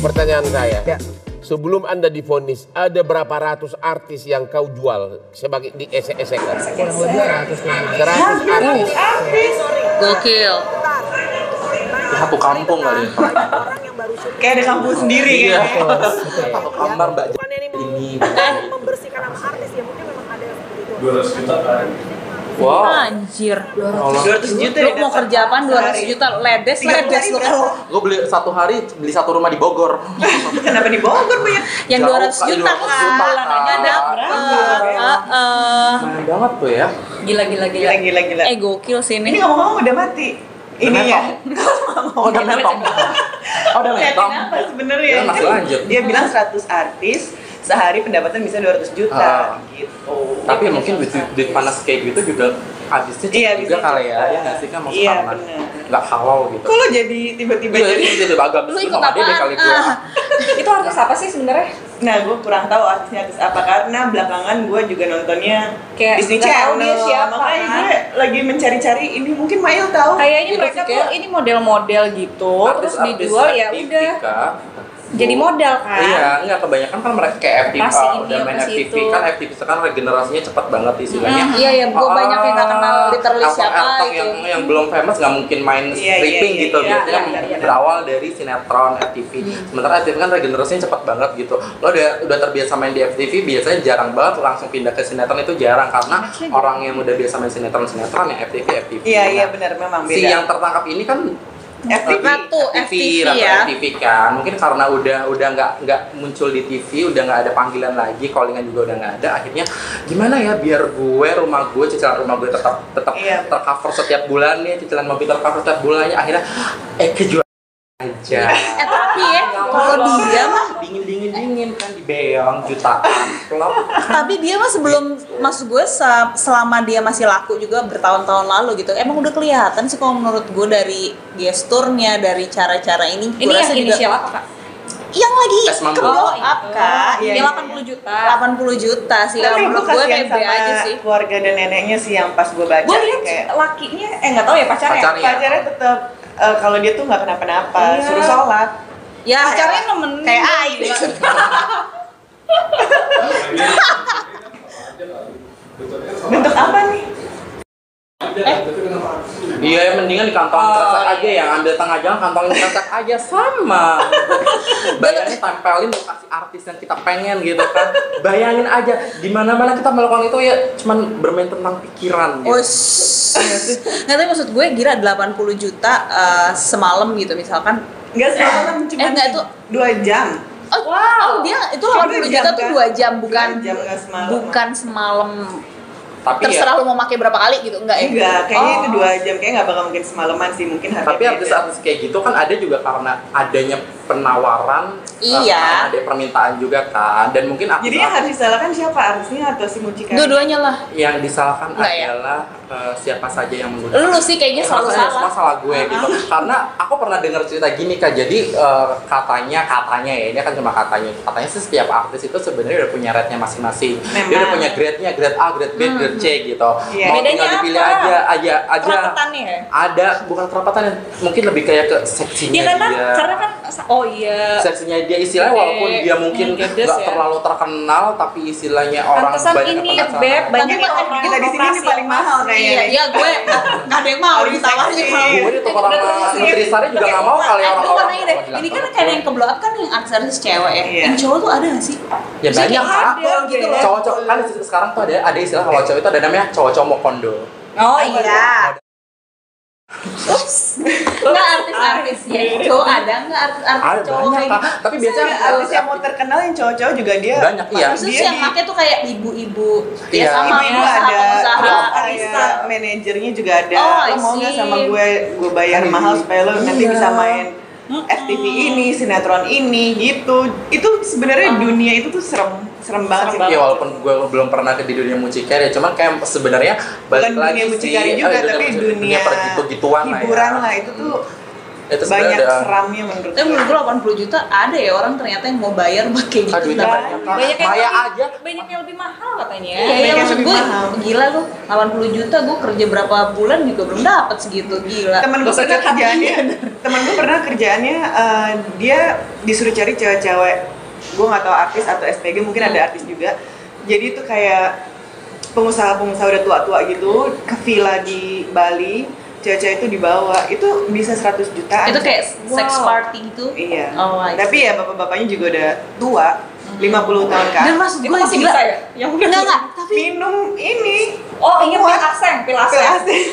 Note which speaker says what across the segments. Speaker 1: Pertanyaan saya,
Speaker 2: Ya.
Speaker 1: sebelum Anda difonis, ada berapa ratus artis yang kau jual sebagai di SSK?
Speaker 2: kurang lebih 100 lebih.
Speaker 1: 100 artis.
Speaker 3: Gokil.
Speaker 4: Satu kampung kali ya.
Speaker 5: Kayak ada kampus sendiri
Speaker 4: Iya.
Speaker 5: kayaknya.
Speaker 4: Satu kamar mbak
Speaker 6: Bukannya ini mau
Speaker 4: ini.
Speaker 6: membersihkan nama artis ya mungkin memang ada yang seperti itu.
Speaker 7: Oh.
Speaker 4: Wow.
Speaker 3: Anjir.
Speaker 5: 200 juta
Speaker 3: Lu
Speaker 5: ya,
Speaker 3: mau
Speaker 5: dasar.
Speaker 3: kerja apaan 200
Speaker 5: Sehari.
Speaker 3: juta? Ledes,
Speaker 5: Tiga
Speaker 3: ledes
Speaker 5: hari
Speaker 3: lu.
Speaker 5: berapa?
Speaker 4: Gue beli satu hari beli satu rumah di Bogor.
Speaker 5: Kenapa di Bogor
Speaker 7: Iya.
Speaker 5: ya? banyak?
Speaker 3: Yang
Speaker 4: Jauh
Speaker 3: 200
Speaker 4: kali,
Speaker 3: juta
Speaker 4: 200 juta.
Speaker 3: kan bulanannya
Speaker 7: Ah,
Speaker 3: dapet. Ah, Heeh.
Speaker 4: Mahal banget tuh ya.
Speaker 3: Gila, gila, gila.
Speaker 5: Gila, gila, gila.
Speaker 3: Eh, gokil sih
Speaker 5: Ini
Speaker 3: ini.
Speaker 5: ngomong-ngomong udah mati. Ini ya.
Speaker 4: Oh, udah mentok. Oh, udah
Speaker 5: Ngeliatin
Speaker 4: mentok.
Speaker 5: apa sebenarnya?
Speaker 4: Ya, masih
Speaker 5: Kan
Speaker 4: lanjut.
Speaker 5: Dia bilang 100 artis sehari pendapatan bisa 200
Speaker 4: Ah.
Speaker 5: juta gitu.
Speaker 4: Tapi ya mungkin duit, duit panas kayak gitu juga habisnya cukup
Speaker 5: Iya,
Speaker 4: juga
Speaker 5: bisa
Speaker 4: kali ya.
Speaker 5: juga.
Speaker 4: Ya nggak sih kan maksud
Speaker 5: Iya,
Speaker 4: karena
Speaker 5: bener.
Speaker 4: nggak halal gitu.
Speaker 5: Kok lo jadi tiba-tiba
Speaker 4: Iya,
Speaker 5: jadi
Speaker 4: ini jadi bagam.
Speaker 3: Lu ikut
Speaker 4: Sama dia deh
Speaker 3: apaan?
Speaker 4: kali gue.
Speaker 3: Ah.
Speaker 7: itu artis apa sih sebenarnya
Speaker 5: Nah, gue kurang tahu artisnya artis apa karena belakangan gue juga nontonnya
Speaker 7: Kayak
Speaker 5: Disney
Speaker 7: nggak tahu
Speaker 5: Channel.
Speaker 7: dia siapa,
Speaker 5: Makanya
Speaker 7: kan?
Speaker 5: gue lagi mencari-cari ini mungkin Mail tahu.
Speaker 7: kayaknya
Speaker 3: Gitu
Speaker 7: mereka
Speaker 3: sih,
Speaker 7: tuh
Speaker 3: kayak-
Speaker 7: ini model-model gitu terus
Speaker 4: Artis-artis
Speaker 7: dijual ya udah
Speaker 4: aktifika,
Speaker 7: jadi
Speaker 4: bu-
Speaker 7: modal kan
Speaker 4: Iya, enggak kebanyakan kan mereka kayak FTV
Speaker 7: Pasti ini,
Speaker 4: udah main
Speaker 7: pasti
Speaker 4: FTV
Speaker 7: itu.
Speaker 4: kan FTV sekarang regenerasinya cepat banget istilahnya.
Speaker 3: Hmm, iya, iya, gua
Speaker 4: Ah,
Speaker 3: banyak yang nggak kenal literally
Speaker 4: aktor-
Speaker 3: siapa
Speaker 4: aktor
Speaker 3: gitu.
Speaker 4: yang yang belum famous nggak mungkin main
Speaker 5: Iya, iya,
Speaker 4: stripping
Speaker 5: iya,
Speaker 4: gitu
Speaker 5: iya,
Speaker 4: biasanya
Speaker 7: iya, iya, iya.
Speaker 4: berawal dari sinetron FTV.
Speaker 3: Mm-hmm.
Speaker 4: Sementara FTV kan regenerasinya cepat banget gitu. Lo udah udah terbiasa main di FTV biasanya jarang banget langsung pindah ke sinetron itu jarang
Speaker 3: Iya,
Speaker 4: karena orang yang udah biasa main sinetron sinetron ya FTV FTV.
Speaker 5: Iya, iya
Speaker 4: Nah,
Speaker 5: benar memang beda.
Speaker 4: Si yang tertangkap ini kan
Speaker 5: FTV.
Speaker 3: Ratu FTV
Speaker 4: Ratu
Speaker 3: ya.
Speaker 4: FTV kan mungkin karena udah udah nggak nggak muncul di TV udah nggak ada panggilan lagi callingan juga udah nggak ada akhirnya gimana ya biar gue rumah gue cicilan rumah gue tetap tetap
Speaker 5: Iya.
Speaker 4: tercover setiap bulannya cicilan mobil tercover setiap bulannya akhirnya eh kejual aja
Speaker 3: Eh, tapi ya, kalau dia mah
Speaker 4: dingin dingin dingin kan di beong jutaan klop
Speaker 3: tapi dia mah sebelum maksud gue se- selama dia masih laku juga bertahun-tahun lalu gitu emang udah kelihatan sih kalau menurut gue dari gesturnya dari cara-cara ini gue
Speaker 7: ini yang
Speaker 3: rasa juga-
Speaker 7: inisial apa kak
Speaker 3: yang lagi
Speaker 4: Tes mampu.
Speaker 3: ke-blow
Speaker 7: Oh,
Speaker 3: up
Speaker 7: itu.
Speaker 3: kak
Speaker 5: Iya,
Speaker 7: yang
Speaker 5: iya,
Speaker 7: 80 juta
Speaker 3: 80 juta sih ya
Speaker 5: Tapi
Speaker 3: kalau
Speaker 5: gue
Speaker 3: menurut gue
Speaker 5: kasihan
Speaker 3: BB
Speaker 5: sama
Speaker 3: aja sih
Speaker 5: keluarga dan neneknya sih yang pas gue baca
Speaker 7: gue lihat
Speaker 5: kayak
Speaker 7: lakinya eh nggak tahu ya pacarnya
Speaker 4: Pacarnya.
Speaker 5: pacarnya tetap eh, kalau dia tuh nggak kenapa-napa
Speaker 7: Iya.
Speaker 5: suruh sholat
Speaker 3: ya
Speaker 7: pacarnya nemenin
Speaker 3: kayak ai
Speaker 5: bentuk apa nih
Speaker 4: iya mendingan di kantong
Speaker 3: Ah.
Speaker 4: kresek aja yang ambil tengah jangan kantong kresek aja sama bayangin tempelin lokasi artis yang kita pengen gitu kan bayangin aja di mana mana kita melakukan itu ya cuman bermain tentang pikiran gitu.
Speaker 3: Ush. Nggak, tapi maksud gue gila 80 juta eh, semalam gitu misalkan
Speaker 5: nggak semalam cuma
Speaker 3: Eh, nggak, itu-
Speaker 5: dua jam
Speaker 3: Oh, oh, dia itu
Speaker 5: Cuma
Speaker 3: 80
Speaker 5: jam,
Speaker 3: juta tuh
Speaker 5: kan?
Speaker 3: 2 jam bukan
Speaker 5: Dua jam, nggak semalam.
Speaker 3: bukan semalam
Speaker 4: tapi
Speaker 3: terserah
Speaker 4: ya
Speaker 3: lu mau pakai berapa kali gitu enggak ya?
Speaker 5: enggak kayaknya itu
Speaker 3: Oh.
Speaker 5: dua jam kayak nggak bakal mungkin semalaman sih mungkin harga
Speaker 4: tapi
Speaker 5: beda.
Speaker 4: artis-artis kayak gitu kan ada juga karena adanya penawaran eh,
Speaker 3: Iya.
Speaker 4: karena ada permintaan juga kan dan mungkin artis
Speaker 5: jadi yang harus disalahkan siapa artisnya atau si mucikari
Speaker 3: Dua-duanya lah.
Speaker 4: yang disalahkan
Speaker 3: Nggak ya?
Speaker 4: adalah eh, siapa saja yang menggunakan
Speaker 3: Lu sih kayaknya selalu
Speaker 4: Maksudnya
Speaker 3: salah. Ah.
Speaker 4: semua salah gue gitu karena aku pernah dengar cerita gini kak jadi eh, katanya katanya ya ini kan cuma katanya katanya sih setiap artis itu sebenarnya udah punya rate-nya masing-masing dia
Speaker 5: Memang.
Speaker 4: udah punya grade-nya grade A grade B grade C gitu
Speaker 5: Iya.
Speaker 4: mau
Speaker 3: Hmm. Bedanya
Speaker 4: tinggal dipilih
Speaker 3: apa?
Speaker 4: aja aja aja
Speaker 3: Kerapetannya ya?
Speaker 4: ada bukan kerapatan ya, mungkin lebih kayak ke seksinya
Speaker 7: ya karena
Speaker 4: dia
Speaker 7: karena kan oh iya
Speaker 4: seksinya dia istilahnya walaupun dia mungkin
Speaker 7: Mungkin
Speaker 4: nggak
Speaker 7: ya.
Speaker 4: terlalu terkenal tapi istilahnya orang
Speaker 7: Pantesan
Speaker 4: banyak
Speaker 7: ini
Speaker 4: yang penasaran.
Speaker 7: beb banyak
Speaker 3: Tapi
Speaker 7: yang
Speaker 3: makan
Speaker 7: orang
Speaker 5: kita di sini ini
Speaker 7: operasi.
Speaker 5: paling mahal
Speaker 3: Iya,
Speaker 5: kayaknya
Speaker 3: iya gue nggak ada yang mau
Speaker 5: Paling
Speaker 3: ditawarin
Speaker 5: seksi.
Speaker 3: mau.
Speaker 4: gue di toko sama nutrisari juga nggak mau kali ya,
Speaker 3: Eh, lu
Speaker 4: orang-orang Iya.
Speaker 3: tanya deh, ini kan kayak yang keblok kan yang artis-artis cewek ya.
Speaker 5: Iya.
Speaker 3: Yang cowok tuh ada nggak sih?
Speaker 4: ya banyak
Speaker 7: Jadi
Speaker 4: kak
Speaker 7: ada gitu loh.
Speaker 4: cowok-cowok kan sekarang tuh ada ada istilah kalau cowok itu ada namanya cowok-cowok mokondo
Speaker 3: Oh iya. Ups. Enggak artis-artis ya. Cowok ada enggak
Speaker 4: ada
Speaker 3: artis-artis cowok
Speaker 4: banyak
Speaker 3: kayak
Speaker 4: kak
Speaker 3: gitu?
Speaker 4: tapi biasanya
Speaker 5: Ada artis ya. yang mau terkenal yang cowok-cowok juga dia
Speaker 4: banyak iya
Speaker 3: Maksudnya
Speaker 5: Dia
Speaker 3: yang
Speaker 5: di-
Speaker 3: pakai tuh kayak ibu-ibu
Speaker 4: Iya.
Speaker 3: ya sama
Speaker 5: Ibu-ibu ada, Iya.
Speaker 3: usaha
Speaker 5: ada manajernya juga ada.
Speaker 3: Oh, I
Speaker 5: lo mau nggak
Speaker 3: see.
Speaker 5: sama gue, gue bayar
Speaker 4: Iya.
Speaker 5: mahal supaya lo nanti
Speaker 4: Iya.
Speaker 5: bisa main FTV ini, sinetron ini, gitu. Itu sebenarnya dunia itu tuh serem, serem banget sih.
Speaker 4: Ya walaupun gue belum pernah ke di dunia mucikari, ya, cuman kayak sebenarnya
Speaker 5: Bukan
Speaker 4: balik
Speaker 5: dunia
Speaker 4: lagi sih,
Speaker 5: mucikari
Speaker 4: eh,
Speaker 5: juga,
Speaker 4: dunia
Speaker 5: tapi
Speaker 4: mucikari,
Speaker 5: dunia
Speaker 4: pergitu-gituan lah ya.
Speaker 5: hiburan lah itu tuh
Speaker 4: itu
Speaker 5: banyak
Speaker 4: sebenarnya ada-
Speaker 5: seramnya menurut
Speaker 3: Tapi menurut
Speaker 5: gue.
Speaker 3: gue 80 juta ada ya orang ternyata yang mau bayar pakai gitu.
Speaker 4: Ah, duitnya banyak.
Speaker 7: Banyak yang
Speaker 4: Maya
Speaker 7: lebih-
Speaker 4: aja.
Speaker 7: Banyak yang lebih mahal katanya. ya.
Speaker 3: Iya, iya,
Speaker 5: Banyak yang
Speaker 3: maksud
Speaker 5: lebih
Speaker 3: gue
Speaker 5: mahal.
Speaker 3: gila lu 80 juta gue kerja berapa bulan juga belum dapat segitu gila.
Speaker 5: Temen gue
Speaker 4: Terus
Speaker 5: pernah
Speaker 4: ada
Speaker 5: kerjaannya,
Speaker 3: ya.
Speaker 5: temen gue pernah kerjaannya eh, dia disuruh cari cewek-cewek. Gue nggak tahu artis atau SPG, mungkin
Speaker 3: Hmm.
Speaker 5: ada artis juga. Jadi itu kayak pengusaha-pengusaha udah tua-tua gitu ke villa di Bali, cewek-cewek itu dibawa. Itu bisa 100 jutaan.
Speaker 3: Itu kayak sex
Speaker 7: Wow.
Speaker 3: party gitu.
Speaker 5: Iya.
Speaker 3: Oh, I see. Hmm.
Speaker 5: Tapi ya bapak-bapaknya juga udah tua, 50 tahun ke
Speaker 3: Dan
Speaker 5: atas.
Speaker 3: maksud
Speaker 7: Itu
Speaker 3: gue
Speaker 7: masih
Speaker 3: gila.
Speaker 7: bisa ya? Yang udah-
Speaker 3: enggak enggak, tapi
Speaker 5: kan Minum ini.
Speaker 7: Oh,
Speaker 3: Iya.
Speaker 7: ini pil
Speaker 5: Kuat.
Speaker 7: aseng, pil aseng.
Speaker 5: Plastik.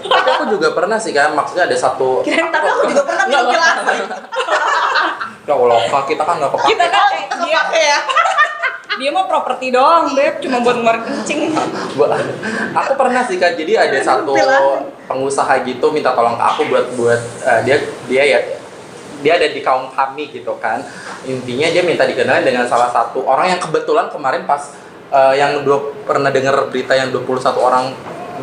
Speaker 4: Tapi aku juga pernah sih kan, maksudnya ada satu
Speaker 7: Kirain tapi aku juga pernah
Speaker 4: Nggak,
Speaker 7: pil
Speaker 4: nggak.
Speaker 7: aseng.
Speaker 4: Ya Allah, Kak, kita kan nggak kepake
Speaker 7: Kita kan eh, dia,
Speaker 3: ya?
Speaker 7: dia mah properti doang, Beb, cuma buat ngeluarin kencing.
Speaker 4: Gua- aku pernah sih kak jadi ada satu pengusaha gitu minta tolong ke aku buat buat eh, dia dia ya dia ada di kaum kami gitu kan intinya dia minta dikenalin dengan salah satu orang yang kebetulan kemarin pas eh, yang dua pernah dengar berita yang 21 orang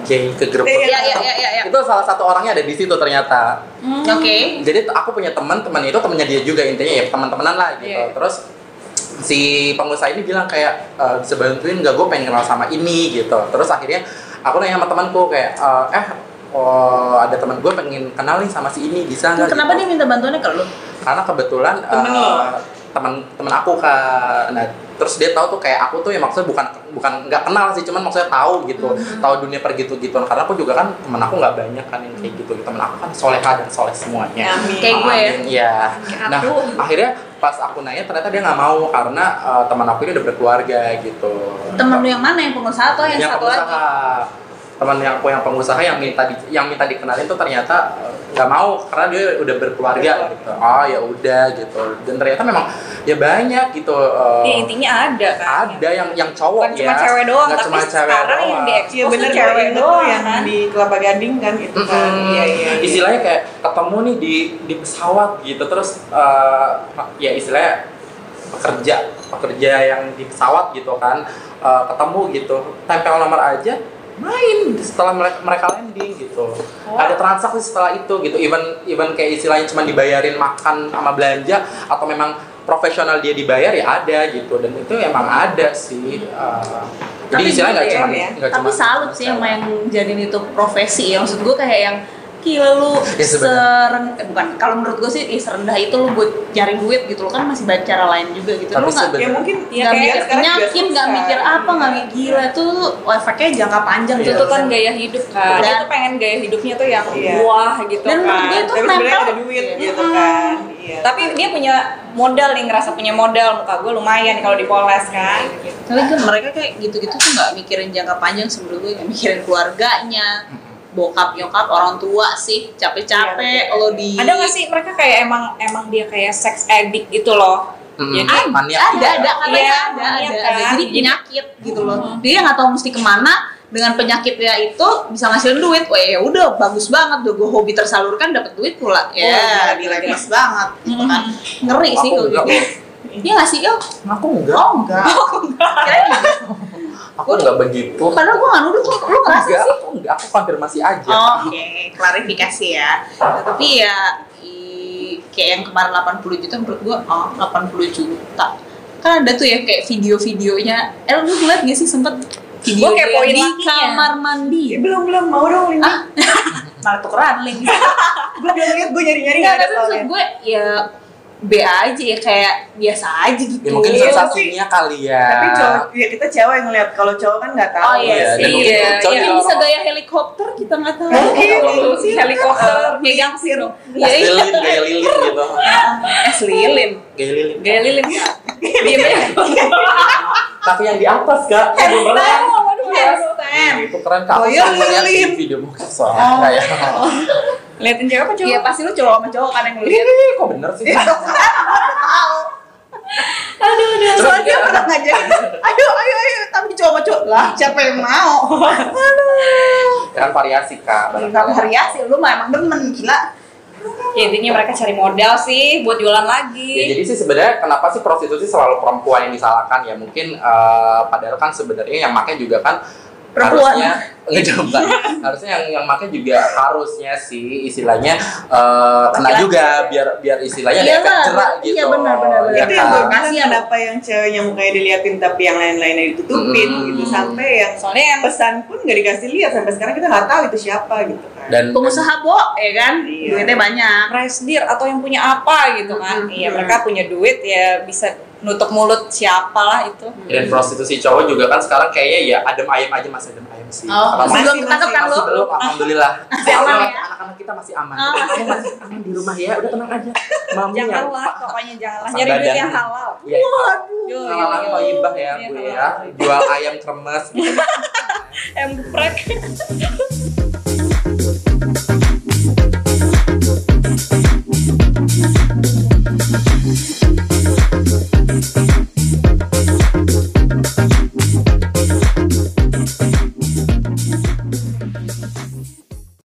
Speaker 4: gay ke grup
Speaker 5: Iya,
Speaker 3: iya, iya, iya, iya.
Speaker 4: itu salah satu orangnya ada di situ ternyata
Speaker 3: oke.
Speaker 4: jadi t- aku punya teman teman itu temennya dia juga intinya ya teman-temanan lah gitu
Speaker 7: Iya.
Speaker 4: terus si pengusaha ini bilang kayak e, bisa bantuin gak gue pengen kenal sama ini gitu terus akhirnya aku nanya sama temanku kayak e, eh oh, ada teman gue pengen kenal nih sama si ini bisa nggak
Speaker 3: Kenapa
Speaker 4: gitu.
Speaker 3: dia minta bantuannya ke lu?
Speaker 4: karena kebetulan
Speaker 5: Temen lo?
Speaker 4: eh, teman teman aku kak nah terus dia tahu tuh kayak aku tuh ya maksudnya bukan bukan nggak kenal sih cuman maksudnya tahu gitu
Speaker 5: Hmm.
Speaker 4: tahu dunia pergitu gituan karena aku juga kan temen aku nggak banyak kan yang kayak gitu temen aku kan soleha dan soleh semuanya
Speaker 5: Amin.
Speaker 3: Kayak gue ya?
Speaker 4: Amin, Iya. Nah, akhirnya pas aku nanya ternyata dia nggak mau karena eh, teman aku ini udah berkeluarga gitu.
Speaker 3: Temen lu yang mana yang pengusaha atau yang,
Speaker 4: yang
Speaker 3: satu lagi?
Speaker 4: pengusaha. Teman yang aku yang pengusaha yang minta di- yang minta dikenalin tuh ternyata eh, nggak mau karena dia udah berkeluarga
Speaker 7: Iya.
Speaker 4: gitu. Oh, ya udah gitu. Dan ternyata memang ya banyak gitu. eh,
Speaker 7: Ya intinya ada kan.
Speaker 4: ada yang yang cowok
Speaker 7: Bukan
Speaker 4: ya.
Speaker 7: cuma cewek doang,
Speaker 4: Nggak
Speaker 7: tapi
Speaker 4: cuma cewek
Speaker 7: sekarang yang
Speaker 4: doang.
Speaker 7: di-expose
Speaker 5: Iya
Speaker 7: Terus
Speaker 5: bener
Speaker 7: tuh
Speaker 5: gue
Speaker 7: cewek
Speaker 5: inget tuh
Speaker 7: doang,
Speaker 5: yang
Speaker 7: kan?
Speaker 5: di Kelapa Gading kan itu kan.
Speaker 3: Hmm.
Speaker 4: Mm-mm.
Speaker 5: Iya iya. iya.
Speaker 4: Istilahnya kayak ketemu nih di di pesawat gitu terus eh, ya istilahnya pekerja pekerja yang di pesawat gitu kan eh, ketemu gitu tempel nomor aja main setelah mereka, mereka landing gitu ada transaksi setelah itu gitu even even kayak istilahnya cuma dibayarin makan sama belanja atau memang profesional dia dibayar ya ada gitu dan itu emang ada sih eh, jadi
Speaker 3: Tapi
Speaker 4: istilahnya nggak
Speaker 5: Hmm. gitu ya,
Speaker 4: cuma
Speaker 5: ya.
Speaker 4: nggak
Speaker 3: Tapi
Speaker 4: cuma-
Speaker 3: salut sih sama yang jadiin itu profesi ya. Maksud gue kayak yang gila lu
Speaker 4: Ya, sebenarnya.
Speaker 3: seren eh, bukan kalau menurut gue sih eh, serendah itu lu buat nyari duit gitu lo kan masih banyak cara lain juga gitu
Speaker 4: Tapi
Speaker 3: lu nggak
Speaker 5: Ya mungkin
Speaker 7: Iya,
Speaker 3: nggak
Speaker 7: kayak
Speaker 3: mikir
Speaker 5: sekarang juga
Speaker 3: penyakit nggak
Speaker 5: susah.
Speaker 3: mikir apa nggak mikir gila itu oh, efeknya jangka panjang
Speaker 4: Iya,
Speaker 7: Itu
Speaker 3: gitu
Speaker 7: tuh kan gaya hidup kan. Dia tuh pengen gaya hidupnya tuh yang
Speaker 5: Iya.
Speaker 7: wah gitu
Speaker 3: Dan menurut
Speaker 7: kan.
Speaker 3: gue
Speaker 5: Tapi sebenarnya ada duit gitu kan. Iya.
Speaker 7: Tapi dia punya modal nih ngerasa punya modal muka gue lumayan kalau dipoles kan.
Speaker 3: tapi kan mereka kayak gitu-gitu tuh nggak mikirin jangka panjang sebelum gue nggak mikirin keluarganya bokap nyokap orang tua sih capek-capek lo di
Speaker 7: Ada nggak sih mereka kayak emang emang dia kayak sex addict itu loh.
Speaker 4: Mm,
Speaker 7: Jadi
Speaker 4: mania.
Speaker 3: Ah, ada ada katanya
Speaker 7: Iya,
Speaker 3: ada ada,
Speaker 7: iya
Speaker 3: ada.
Speaker 7: kan?
Speaker 3: jadi penyakit gitu loh
Speaker 4: Hmm.
Speaker 3: dia nggak tahu mesti kemana dengan penyakitnya itu bisa ngasilin duit wah ya udah bagus banget udah gue hobi tersalurkan dapat duit pula ya
Speaker 5: Oh,
Speaker 3: gila gemes banget gitu kan ngeri
Speaker 4: iya, Hmm. Aku
Speaker 3: sih kalau
Speaker 4: enggak,
Speaker 3: gitu Iya nggak sih yo
Speaker 4: aku enggak
Speaker 3: oh enggak
Speaker 4: aku enggak begitu
Speaker 3: padahal gue nggak nuduh kok. lu
Speaker 4: enggak
Speaker 3: ngerasa sih
Speaker 4: aku enggak aku konfirmasi aja
Speaker 3: Oh, Oke, klarifikasi ya. Nah, tapi ya i- kayak yang kemarin 80 juta menurut gua oh 80 juta. Kan ada tuh ya kayak video-videonya. Eh lu ngeliat gak sih sempet video
Speaker 7: Gua kepoin
Speaker 3: dia di
Speaker 7: lakinya.
Speaker 3: kamar mandi.
Speaker 5: Ya, belum belum mau dong link.
Speaker 3: Ah, malah tukeran link.
Speaker 5: Gue belum lihat gue nyari nyari
Speaker 3: Enggak,
Speaker 5: nggak ada
Speaker 3: tapi maksud
Speaker 5: soalnya.
Speaker 3: gue ya B aja ya kayak biasa aja gitu.
Speaker 4: ya, mungkin
Speaker 5: Iya,
Speaker 4: sensasinya kali ya
Speaker 5: Tapi cowok ya kita cewek yang ngeliat kalau cowok kan nggak tahu.
Speaker 3: Oh iya
Speaker 4: Iya, dan
Speaker 3: sih.
Speaker 4: mungkin
Speaker 3: Iya,
Speaker 4: cocok
Speaker 3: Mungkin
Speaker 4: orang-
Speaker 3: bisa gaya helikopter kita nggak tahu.
Speaker 5: Iya,
Speaker 7: Kalau helikopter megang sir.
Speaker 3: Iya,
Speaker 4: Gas lilin gaya lilin gitu
Speaker 7: Es lilin.
Speaker 4: gaya lilin
Speaker 7: Gaya lilin. ya? Dia
Speaker 4: tapi yang di atas kak itu berat
Speaker 3: Handstand.
Speaker 4: itu keren kak
Speaker 5: Oh, iya,
Speaker 4: Aku lihat di
Speaker 5: lilin.
Speaker 4: video mungkin soalnya
Speaker 3: Oh.
Speaker 4: kayak
Speaker 7: Liatin cewek apa cowok?
Speaker 3: Iya pasti lu cowok sama cowok kan yang ngeliat.
Speaker 4: ih Iya, kok bener sih
Speaker 3: Iya.
Speaker 5: Soalnya dia pernah ngajarin. Ayo ayo ayo tapi cowok sama cowok lah siapa yang mau?
Speaker 4: kan variasi kak
Speaker 3: Iya,
Speaker 4: barangkali.
Speaker 5: Kamu variasi lu mah emang demen gila.
Speaker 7: Ya, intinya mereka cari modal sih buat jualan
Speaker 4: Ya,
Speaker 7: lagi.
Speaker 4: jadi sih sebenarnya kenapa sih prostitusi selalu perempuan yang disalahkan ya mungkin eh, padahal kan sebenarnya yang makai juga kan
Speaker 3: Perempuan. Iya.
Speaker 4: harusnya ngecoba harusnya yang yang makan juga harusnya sih istilahnya eh, kena juga biar biar istilahnya ada
Speaker 3: Iya
Speaker 4: efek
Speaker 3: lah,
Speaker 4: jerak gitu
Speaker 3: iya, benar, benar, benar.
Speaker 4: Ya kan?
Speaker 5: itu yang gue
Speaker 3: Kak.
Speaker 5: bilang
Speaker 3: Kasihan.
Speaker 5: kenapa yang ceweknya mukanya diliatin tapi yang lain-lainnya ditutupin
Speaker 3: Hmm.
Speaker 4: Mm.
Speaker 5: gitu sampai yang
Speaker 7: Soalnya yang
Speaker 5: pesan pun nggak dikasih lihat sampai sekarang kita nggak tahu itu siapa gitu kan
Speaker 4: dan
Speaker 3: Pengusaha bo, ya kan?
Speaker 5: Iya.
Speaker 3: Duitnya banyak.
Speaker 7: presdir atau yang punya apa gitu kan.
Speaker 3: Mhm.
Speaker 7: Iya, mereka punya duit ya bisa nutup mulut siapalah itu.
Speaker 4: dan prostitusi cowok juga kan sekarang kayaknya ya adem ayem aja masih adem ayem sih
Speaker 3: Oh,
Speaker 4: Kalau
Speaker 3: masih
Speaker 5: masih-
Speaker 3: belum ketangkep kan lo?
Speaker 4: masih belum alhamdulillah
Speaker 3: Masih aman ya?
Speaker 4: anak-anak kita masih aman
Speaker 3: Oh,
Speaker 4: kamu masih aman di rumah ya udah tenang aja mami
Speaker 7: Janganlah, pokoknya janganlah nyari duit yang halal.
Speaker 4: Iya,
Speaker 7: Yo, yo,
Speaker 4: Halal
Speaker 7: yo.
Speaker 4: toibah ya,
Speaker 7: Iya,
Speaker 4: Bu
Speaker 7: halal
Speaker 4: ya.
Speaker 7: toibah.
Speaker 4: Jual ayam kremes.
Speaker 7: Emprek.